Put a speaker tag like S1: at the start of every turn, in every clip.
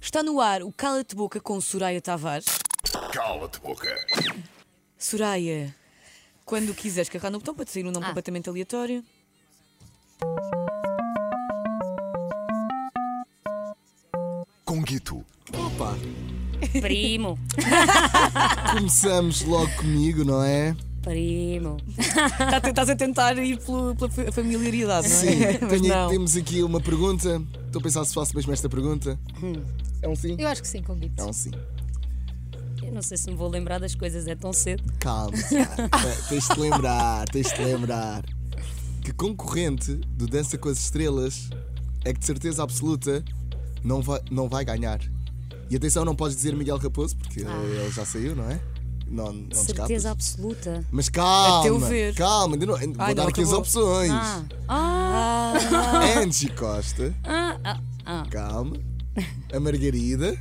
S1: Está no ar o Cala-te Boca com Soraya Tavares.
S2: Cala-te boca.
S1: Soraya, quando quiseres carregar no botão para te sair um nome
S3: Ah.
S1: completamente aleatório.
S2: Conguito.
S4: Opa,
S3: Primo,
S4: começamos logo comigo, não é?
S3: primo.
S1: Tá- Estás a tentar ir pelo- pela fa- familiaridade, não é?
S4: Sim,
S1: Mas
S4: tenho-
S1: não.
S4: temos aqui uma pergunta. Estou a pensar se faço mesmo esta pergunta.
S1: Hum.
S4: É um sim?
S5: Eu acho que sim, com
S4: É
S5: Guito.
S4: um sim. Então.
S3: Eu não sei se me vou lembrar das coisas, é tão cedo.
S4: Calma, Sara. Te- tens de lembrar, tens de lembrar. Que concorrente do Dança com as Estrelas é que de certeza absoluta não vai, não vai ganhar. E atenção, não podes dizer Miguel Raposo, porque
S1: Ah.
S4: ele ele já saiu, não é? Não, não te
S3: Certeza
S4: escapas.
S3: absoluta.
S4: Mas calma,
S1: teu ver.
S4: calma, ainda não- vou
S1: Ai,
S4: dar
S1: não,
S4: aqui as
S1: acabou.
S4: opções.
S3: Ah, ah,
S4: Angie Costa.
S3: ah, ah, ah.
S4: Calma. A Margarida.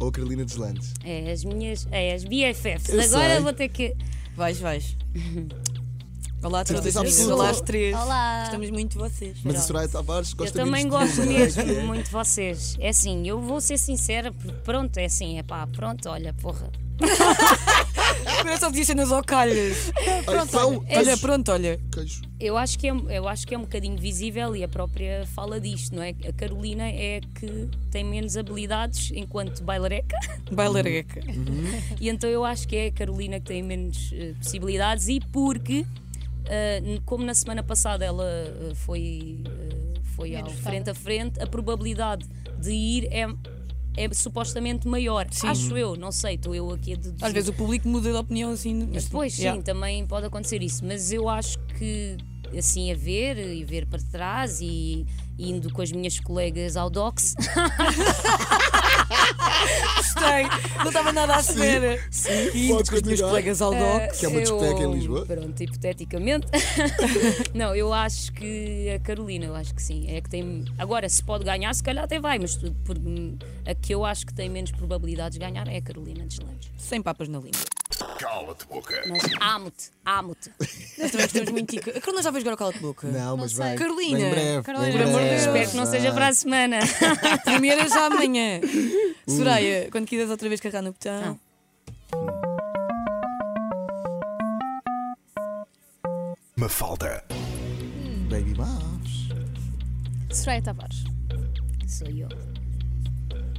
S4: Ou a Carolina Deslandes.
S3: É as minhas, é as BFFs.
S4: Eu
S3: Agora
S4: sei.
S3: vou ter que.
S1: Vais, vais. Olá a todas,
S4: Certeza absoluta.
S1: olá às três.
S5: Olá.
S1: Gostamos muito de vocês.
S4: Mas a Soraya Tavares
S3: Eu
S4: gosta
S3: também
S4: mesmo
S3: gosto
S4: de é?
S3: mesmo muito de vocês. É assim, eu vou ser sincera, porque pronto, é assim, é pá, pronto, olha, porra.
S1: Parece só dizer cenas ao calhas.
S4: Pronto,
S1: Olha, pronto, olha.
S4: queijo.
S3: Eu acho, que é, eu acho que é um bocadinho visível e a própria fala disto, não é? A Carolina é a que tem menos habilidades enquanto bailareca.
S1: Bailareca.
S4: Uhum.
S3: E então eu acho que é a Carolina que tem menos eh, possibilidades e porque, eh, n- como na semana passada ela eh, foi, eh, foi ao
S5: votada.
S3: frente a frente, a probabilidade de ir é, é supostamente maior. Acho eu, não sei, estou eu aqui a deduzir.
S1: Às vezes o público muda de opinião assim. Mas
S3: Pois sim,
S1: Yeah.
S3: também pode acontecer isso, mas eu acho que assim a ver e ver para trás e indo com as minhas colegas ao Docs,
S1: Gostei. Não estava nada à espera. E indo
S4: podes
S1: com os meus
S4: continuar.
S1: colegas ao doc.
S3: Eh,
S4: Que é uma discoteca em Lisboa.
S3: Pronto, hipoteticamente. não, eu acho que a Carolina, eu acho que sim. É que tem. Agora, se pode ganhar, se calhar até vai, mas tu- por- a que eu acho que tem menos probabilidades de ganhar é a Carolina de Lange.
S1: Sem papas na língua.
S2: Cala-te boca.
S3: Mas amo-te, amo-te.
S1: Nós também gostamos muito de ti. A Carolina já vais jogar o cala-te boca.
S4: Não, mas
S5: sei.
S4: vai.
S1: Carolina.
S4: Vem breve.
S5: Carolina.
S4: vem
S5: Por amor de
S4: breve,
S5: Deus.
S3: Espero que não seja para a semana.
S1: Primeira é já amanhã. Soraya, quando quiseres outra vez carregar no botão.
S2: Mafalda.
S4: Baby Mouse.
S5: Soraya Tavares,
S3: Sou eu.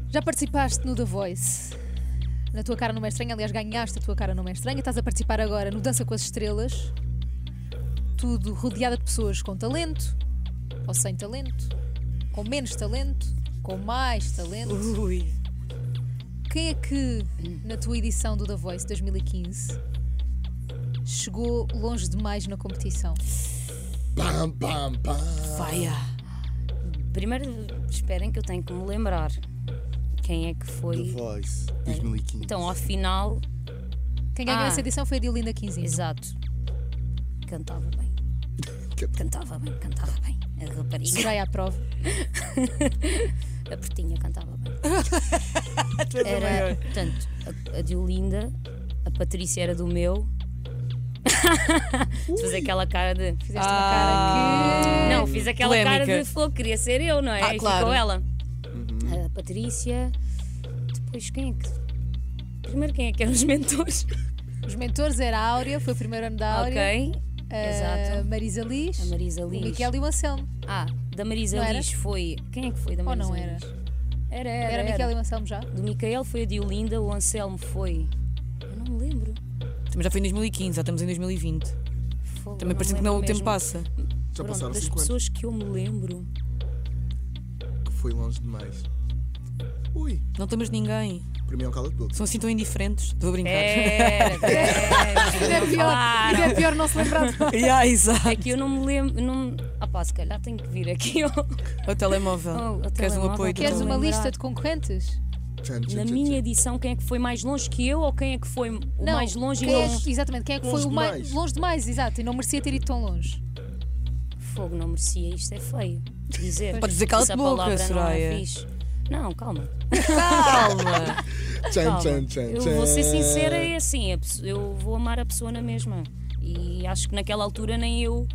S5: já participaste no The Voice? Na tua cara não é estranha, aliás, ganhaste a tua cara não é estranha. Estás a participar agora no Dança com as Estrelas. Tudo rodeada de pessoas com talento, ou sem talento, com menos talento, com mais talento.
S1: Ui.
S5: Quem é que, na tua edição do The Voice 2015, chegou longe demais na competição?
S4: Pam, pam, pam.
S1: Vaia.
S3: Primeiro, esperem que eu tenho que me lembrar quem é que
S4: The
S3: foi.
S4: Voice 2015.
S3: Então, ao final,
S5: Quem ganhou
S3: Ah.
S5: essa edição foi a Diolinda 15.
S3: exato, cantava bem. Cantava bem, cantava bem. A rapariga.
S5: Soraya aprova.
S3: A Portinha cantava bem.
S1: Tu és a
S3: Era,
S1: maior.
S3: portanto, a, a Diolinda, a Patrícia era do meu. De fazer aquela cara de.
S5: Fizeste uma cara que.
S3: Não, fiz aquela cara
S1: polémica.
S3: de fogo, queria ser eu, não é?
S1: Ah,
S3: e
S1: claro. Uhum.
S3: ficou ela. A Patrícia. Depois quem é que. Primeiro quem é que eram os mentores?
S5: Os mentores era a Áurea, foi o primeiro ano da Áurea.
S3: Ok.
S5: a
S3: Exato.
S5: Eh, Marisa Liz,
S3: A Marisa
S5: o
S3: Liz.
S5: Miquel e o Anselmo.
S3: Ah, da Marisa
S5: Não era?
S3: Liz foi. Quem é que foi da
S5: Ou
S3: Marisa
S5: não
S3: Liz?
S5: era?
S3: Era, era.
S5: Era,
S3: era.
S5: Miquel e o Anselmo já?
S3: Do Micael foi a Diolinda, o Anselmo foi. Eu não me lembro.
S1: Também já foi em 2015, já estamos em 2020.
S3: Fogo,
S1: Também
S3: me
S1: parece que não o
S3: lembro
S1: tempo
S3: é mesmo.
S1: passa.
S4: Já
S3: Pronto,
S4: passaram
S3: das
S4: 5 anos.
S3: pessoas que eu me lembro.
S4: Foi longe demais. Ui,
S1: Não estamos ninguém.
S4: para mim é um cala de boca.
S1: São assim tão indiferentes. Estou a brincar. É.
S3: É. Pera, pera.
S5: Ainda é pior,
S3: Claro.
S5: ainda é pior não se lembrar de
S1: Yeah, exato.
S3: É que eu não me lembro. Não... Ah, pá, se calhar tenho que vir aqui. ó.
S1: O telemóvel.
S3: Oh, o
S1: Queres um
S3: telemóvel.
S1: apoio do
S5: Queres
S1: telemóvel?
S3: Estou a
S5: uma
S3: lembrar.
S5: lista de concorrentes?
S4: Tchan, tchan,
S3: Na
S4: tchan,
S3: minha edição, quem é que foi mais longe que eu ou quem é que foi o mais longe e
S5: quem é,
S3: não.
S5: Exatamente, quem é que
S4: Longe
S5: foi o
S4: demais.
S5: mais longe demais? Exato, e não merecia ter ido tão longe.
S3: Fogo, não merecia, isto é feio. Dizer.
S1: Podes dizer cala-te
S3: Essa
S1: boca,
S3: palavra Não,
S1: Soraya.
S3: é fixe. não, calma.
S1: Calma.
S4: tchan. Tchan,
S3: calma.
S4: tchan, tchan,
S3: eu
S4: tchan.
S3: vou ser sincera, é assim, a pesso- eu vou amar a pessoa na mesma. E acho que naquela altura nem eu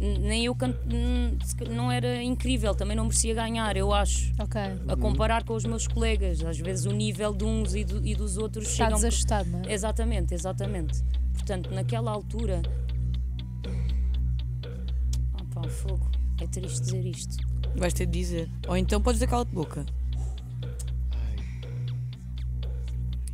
S3: n- nem eu canto, n- se cal- não era incrível, também não merecia ganhar, eu acho.
S5: Ok.
S3: A
S4: Uhum.
S3: comparar com os meus colegas, às vezes o nível de uns e, do- e dos outros
S5: Está
S3: chegam-
S5: desajustado, não é?
S3: Exatamente, exatamente. Portanto, naquela altura. Ah, pá, o fogo. É triste dizer isto.
S4: Tá
S1: Vais ter de dizer. Ou então podes dizer cala-te boca.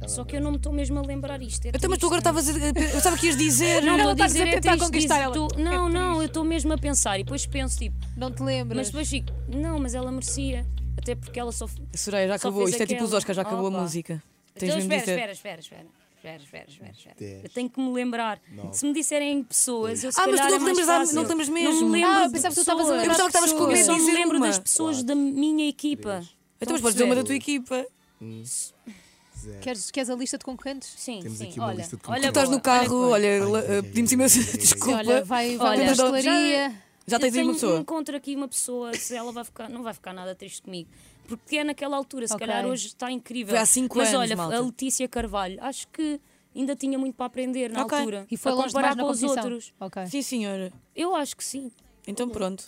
S3: Só que eu não me estou mesmo a lembrar isto. É
S1: Então, mas tu agora
S3: triste.
S1: estavas a Eu estava que ias dizer.
S3: Não,
S5: Não,
S3: não,
S5: estás tá a
S3: dizer, é
S5: tentar
S3: triste,
S5: conquistar
S3: dizer-
S5: ela.
S3: tu- Não, não, eu estou mesmo a pensar e depois penso, tipo,
S5: Não te lembras. Ah,
S3: mas depois fico, não, mas ela merecia. Até porque ela só. f-
S1: Soraya, já
S3: Só
S1: acabou.
S3: fez
S1: Isto é tipo os
S3: aquela.
S1: Oscars, já acabou
S3: Opa.
S1: a música. Tens
S3: Então,
S1: mesmo de
S3: espera,
S1: dizer.
S3: espera, espera, espera. Espera, espera, espera, espera.
S4: Dez.
S3: Eu tenho que me lembrar. Se me disserem pessoas, eu se
S1: Ah, mas tu
S3: calhar
S1: não
S3: é
S1: te
S3: mais
S1: lembras da-
S3: fácil.
S1: não te lembras
S3: Não
S1: mesmo.
S3: me lembro
S5: Ah,
S3: de
S5: pensava que tu estavas a
S3: pessoas.
S5: lembrar
S1: Eu pensava que estavas com medo
S5: de
S3: Eu
S1: de
S3: só me
S5: pessoas.
S1: dizer
S3: lembro
S1: uma.
S3: das pessoas da minha equipa.
S1: Então, mas
S3: Estão a
S1: podes dizer uma
S3: perceber?
S1: da tua equipa.
S5: Queres, queres a lista de concorrentes?
S3: Sim,
S4: Temos
S3: sim.
S4: aqui uma
S3: olha,
S4: lista de
S3: olha,
S1: Tu estás
S3: boa,
S1: no carro,
S3: olha,
S1: olha, eh, pedimos imensa desculpa.
S5: Olha, vai, vai
S3: Olha,
S5: para a pastelaria.
S1: Já tens aí uma
S3: eu tenho, um
S1: pessoa.
S3: encontro aqui uma pessoa, se ela vai ficar, não vai ficar nada triste comigo. Porque é naquela altura, se
S5: Ok.
S3: calhar hoje está incrível.
S1: Foi há cinco
S3: Mas
S1: anos,
S3: olha,
S1: malta.
S3: a Letícia Carvalho, acho que ainda tinha muito para aprender na
S1: Ok.
S3: altura.
S5: E foi
S3: a
S5: longe
S3: comparar
S5: demais na
S3: com os
S5: competição.
S3: outros.
S5: Ok.
S1: Sim, senhora.
S3: Eu acho que sim.
S1: Então pronto.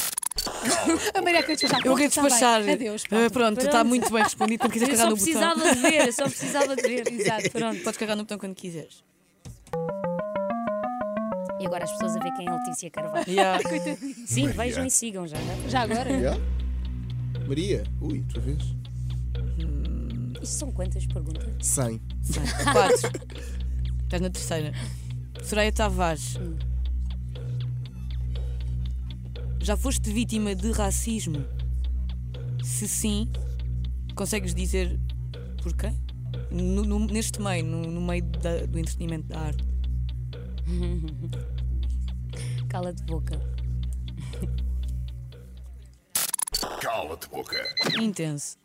S5: A Maria quer despachar.
S1: Eu queria
S5: Está bem.
S1: despachar.
S5: Adeus.
S1: Eh,
S5: pronto.
S1: Pronto, está
S3: Pronto.
S1: muito bem respondido. Quando quiser
S3: Eu
S1: carregar
S3: só
S1: no botão.
S3: precisava de ver, eu só precisava de ver. Exato, pronto.
S1: Podes carregar no botão quando quiseres.
S3: E agora as pessoas a ver quem é a Letícia Carvalho.
S1: Yeah.
S3: Sim, vejam e sigam já.
S5: Já agora?
S4: Yeah? Maria, ui, outra vez.
S3: Isto são quantas perguntas?
S4: 100.
S1: Quatro. Estás na terceira. Soraya Tavares. Já foste vítima de racismo? Se sim, consegues dizer porquê? No- no- neste meio, no, no meio da- do entretenimento da arte.
S3: Cala de boca.
S2: Cala-te boca.
S1: Intenso.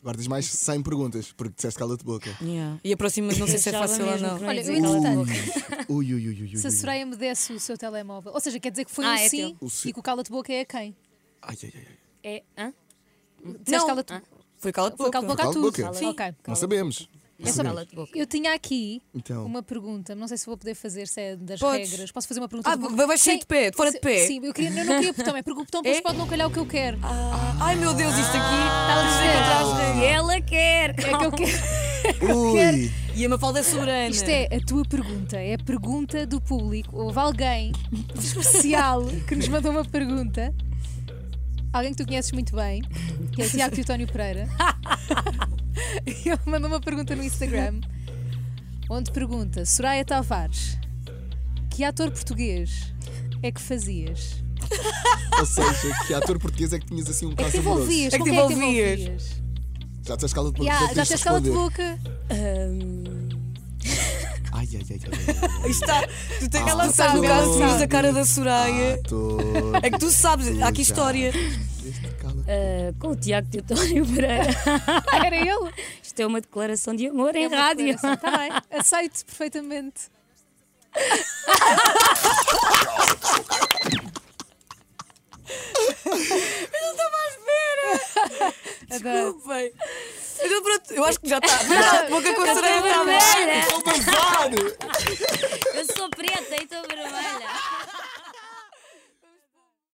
S4: Agora tens mais 100 perguntas, porque disseste cala-te boca.
S1: Yeah. E a próxima não sei se é
S3: Achava
S1: fácil ou
S3: mesmo
S1: não.
S3: que
S5: Olha,
S3: ia
S5: eu
S3: dizer cala de
S5: entretanto,
S3: boca.
S4: Ui, ui, ui, ui, ui.
S5: se a
S4: ui.
S5: Soraya me desse o seu telemóvel, ou seja, quer dizer que foi
S3: Ah,
S5: um
S3: é
S5: sim
S4: teu. O sim.
S5: e que o cala-te boca é a quem?
S4: Ai, ai, ai. ai.
S3: É, hã?
S5: Disseste cala-te
S1: Foi cala-te
S5: foi
S1: boca.
S5: cala-te boca a
S4: Cala-te
S5: tudo.
S4: boca.
S5: Sim. Ok.
S4: Não sabemos.
S5: É só-
S3: Cala de boca.
S5: Eu tinha aqui
S4: Então.
S5: uma pergunta, não sei se vou poder fazer, se é das
S1: Podes.
S5: regras. Posso fazer uma pergunta?
S1: Ah,
S5: do-
S1: vai- vai sair de pé, de fora de
S5: Sim,
S1: pé.
S5: Sim, eu, queria, eu não queria botão, é porque o botão depois
S1: É?
S5: pode não calhar o que eu quero.
S1: Ah, ai meu Deus, isto
S5: Estava a
S1: aqui.
S5: dizer.
S3: E ela quer.
S5: É que eu quero.
S4: Ui.
S1: E a Mafalda é soberana.
S5: Isto é a tua pergunta, é a pergunta do público. Houve alguém especial que nos mandou uma pergunta. Alguém que tu conheces muito bem, que é o Tiago Teutónio Pereira. E Ele mandou uma pergunta no Instagram, onde pergunta: Soraya Tavares, que ator português é que fazias?
S4: Ou seja, que ator português é que tinhas assim um
S5: É que te
S4: caso amoroso?
S5: envolvias?
S1: É que
S5: com
S1: te
S5: quem é que te
S1: envolvias?
S5: envolvias?
S4: Já disseste cala-te boca.
S5: Yeah,
S4: não
S5: já
S4: tens de
S5: tens cala de
S4: responder.
S5: boca.
S3: hum,
S4: Ai, ai, ai, ai. ai.
S1: Isto está. Tu tens que
S4: Ela
S1: lançar no
S4: sabe,
S1: caso,
S4: ela
S1: tinhas a
S4: sabe.
S1: cara da Soraya.
S4: Ator.
S1: É que tu sabes, há aqui
S4: já.
S1: história.
S4: Este cala-
S3: Ah, com o Tiago Teutónio Pereira.
S5: Era ele?
S3: Isto é uma declaração de amor em
S5: É uma
S3: rádio.
S5: declaração. Tá bem, aceito perfeitamente. Adoro.
S1: Desculpem. Então pronto, eu acho que já está. Boca com a Soraya está bem.
S3: Vermelha.
S4: Vou babar!
S5: então,
S3: Eu sou preta e estou vermelha.